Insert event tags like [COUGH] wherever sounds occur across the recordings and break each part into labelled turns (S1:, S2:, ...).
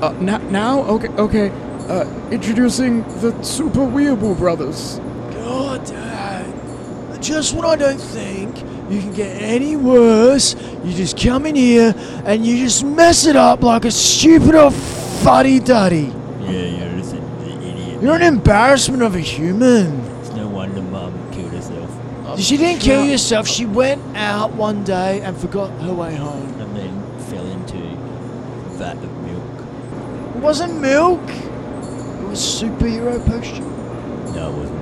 S1: Uh, now, now, okay, okay. Uh, introducing the Super Weeaboo Brothers.
S2: God, Dad. Just when I don't think you can get any worse, you just come in here and you just mess it up like a stupid old fuddy duddy.
S3: Yeah, you're just an idiot.
S2: You're an embarrassment of a human.
S3: It's no wonder Mum killed herself.
S2: She didn't kill herself, she went out one day and forgot her way home.
S3: And then fell into a vat of milk.
S2: It wasn't milk, it was superhero potion.
S3: No, it wasn't.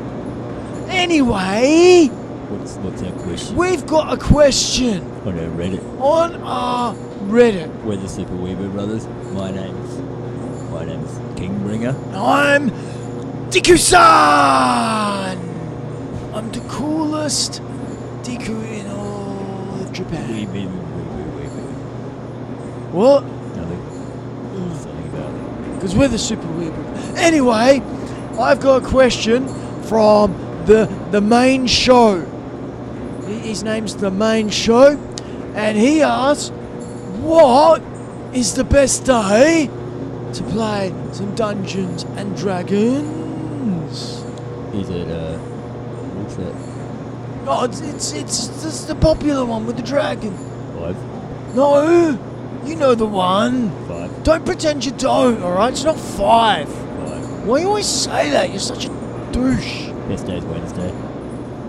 S2: Anyway,
S3: What's, what's our question?
S2: we've got a question
S3: On our Reddit.
S2: on our Reddit.
S3: We're the Super Weeber Brothers. My name's... My name's Kingbringer.
S2: I'm Deku-san! I'm the coolest Deku in all of
S3: Wee,
S2: Japan.
S3: wee, wee, wee, wee, wee,
S2: What?
S3: wee. Nothing. Something about...
S2: Because we're the super weird. Anyway, I've got a question from the the main show. He- His name's the main show, and he asks, "What is the best day to play some Dungeons and Dragons?"
S3: Is it, uh... What's that?
S2: Oh, it's it's it's, it's the popular one with the dragon.
S3: Five?
S2: No, you know the one.
S3: Five?
S2: Don't pretend you don't. All right, it's not five.
S3: Five.
S2: Why you always say that? You're such a douche.
S3: Best day's Wednesday.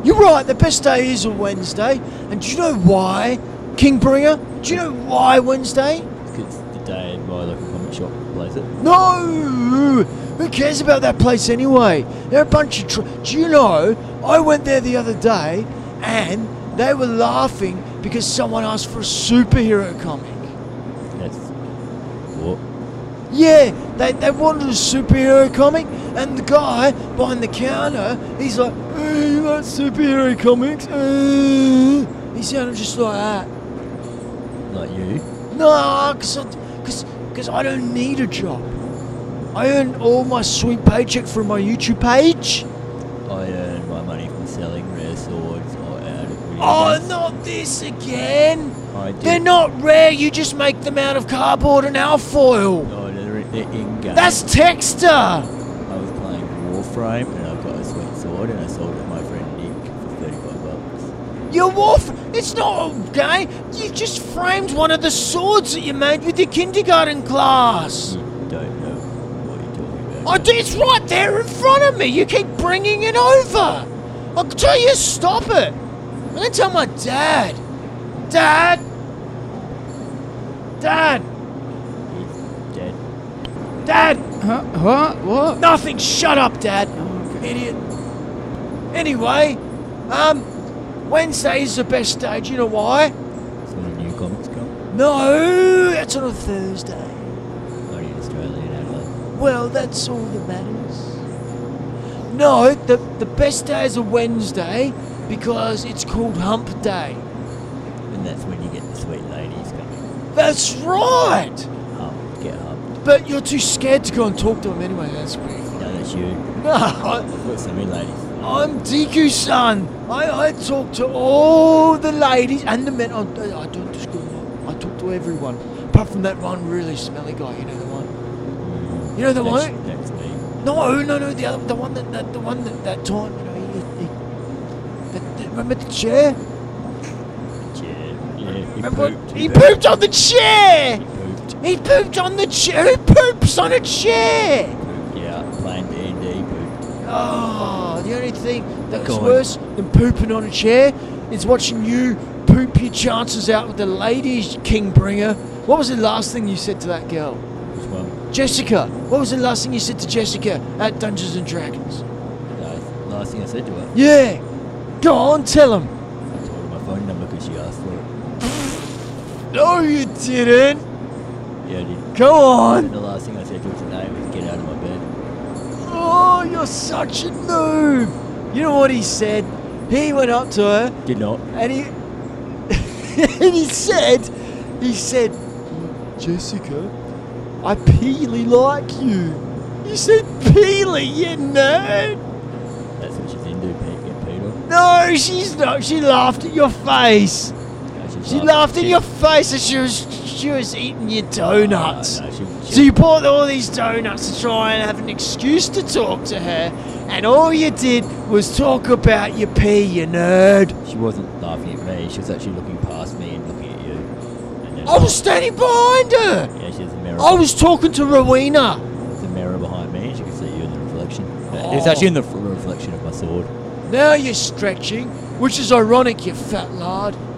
S2: You're right, the best day is a Wednesday. And do you know why, Kingbringer? Do you know why Wednesday?
S3: It's the day my local comic shop plays it.
S2: No! Who cares about that place anyway? They're a bunch of. Tr- do you know? I went there the other day and they were laughing because someone asked for a superhero comic.
S3: That's... What?
S2: Yeah, they, they wanted a superhero comic, and the guy behind the counter, he's like, hey, you like superhero comics? Uh. He sounded just like that.
S3: Like you?
S2: No, because I, cause, cause I don't need a job. I earn all my sweet paycheck from my YouTube page.
S3: I earn my money from selling rare swords or out of video
S2: Oh,
S3: games.
S2: not this again.
S3: I do.
S2: They're not rare, you just make them out of cardboard and alfoil.
S3: No, they're in, they're in game.
S2: That's Texter.
S3: I was playing Warframe and I got a sweet sword and I sold it to my friend Nick for 35 bucks.
S2: Your wolf, it's not okay. You just framed one of the swords that you made with your kindergarten class.
S3: You don't know what you're talking
S2: I
S3: about.
S2: do, it's right there in front of me. You keep bringing it over. I tell you, stop it. I'm gonna tell my dad. Dad. Dad. Oh!
S3: He's dead.
S2: Dad.
S1: Huh? Huh? What?
S2: Nothing. Shut up, Dad. Idiot. Anyway, um, Wednesday is the best day. Do you know why?
S3: It's when the new comics come.
S2: No, that's on a Thursday.
S3: Only in Australia and Adelaide.
S2: Well, that's all that matters. No, the, the best day is a Wednesday because it's called Hump Day.
S3: And that's when you get the sweet ladies coming.
S2: That's right!
S3: Humped, get humped.
S2: But you're too scared to go and talk to him anyway, that's pretty funny.
S3: No, that's you.
S2: [LAUGHS] No, I,
S3: I've got so many ladies.
S2: I'm Deku san. I, I talk to all the ladies and the men. I, I don't discriminate. I talk to everyone. Apart from that one really smelly guy, you know the one.
S3: Mm.
S2: You know the
S3: that's,
S2: one?
S3: That's me.
S2: No, no, no, the other, the one that, that the one that, that time, you know, he, he, that- that- remember the chair?
S3: Yeah, yeah. He
S2: Remember-
S3: pooped.
S2: he pooped on the chair.
S3: He pooped.
S2: He pooped on the chair. Who poops on a chair?
S3: Pooped, yeah. Playing D&D, pooped.
S2: Oh, the only thing that's
S3: Go on.
S2: worse than pooping on a chair is watching you poop your chances out with the ladies, Kingbringer. What was the last thing you said to that girl?
S3: Which one?
S2: Jessica. What was the last thing you said to Jessica at Dungeons and Dragons?
S3: The last thing I said to her,
S2: Yeah. Go on, tell him.
S3: I told her my phone number because she asked for it.
S2: No, you didn't.
S3: Yeah, I did.
S2: Go on.
S3: And the last thing I said to her today was get out of my bed.
S2: Oh, you're such a noob. You know what he said? He went up to her
S3: Did not.
S2: and he [LAUGHS] and he said, he said, Jessica, I peely like you. You said peely, you nerd.
S3: That's what she's into, Pete. Get Pete on.
S2: No, she's not. She laughed at your face.
S3: Yeah,
S2: She laughed in your face as she was she was eating your donuts.
S3: Oh, no, she-
S2: So you bought all these donuts to try and have an excuse to talk to her, and all you did was talk about your pee, you nerd.
S3: She wasn't laughing at me. She was actually looking past me and looking at you. And then,
S2: I was standing behind her.
S3: Yeah, she has a mirror.
S2: I was talking to Rowena.
S3: There's a mirror behind me. and She can see you in the reflection. Yeah, It's
S2: Oh.
S3: actually in the f- reflection of my sword.
S2: Now you're stretching, which is ironic, you fat lard.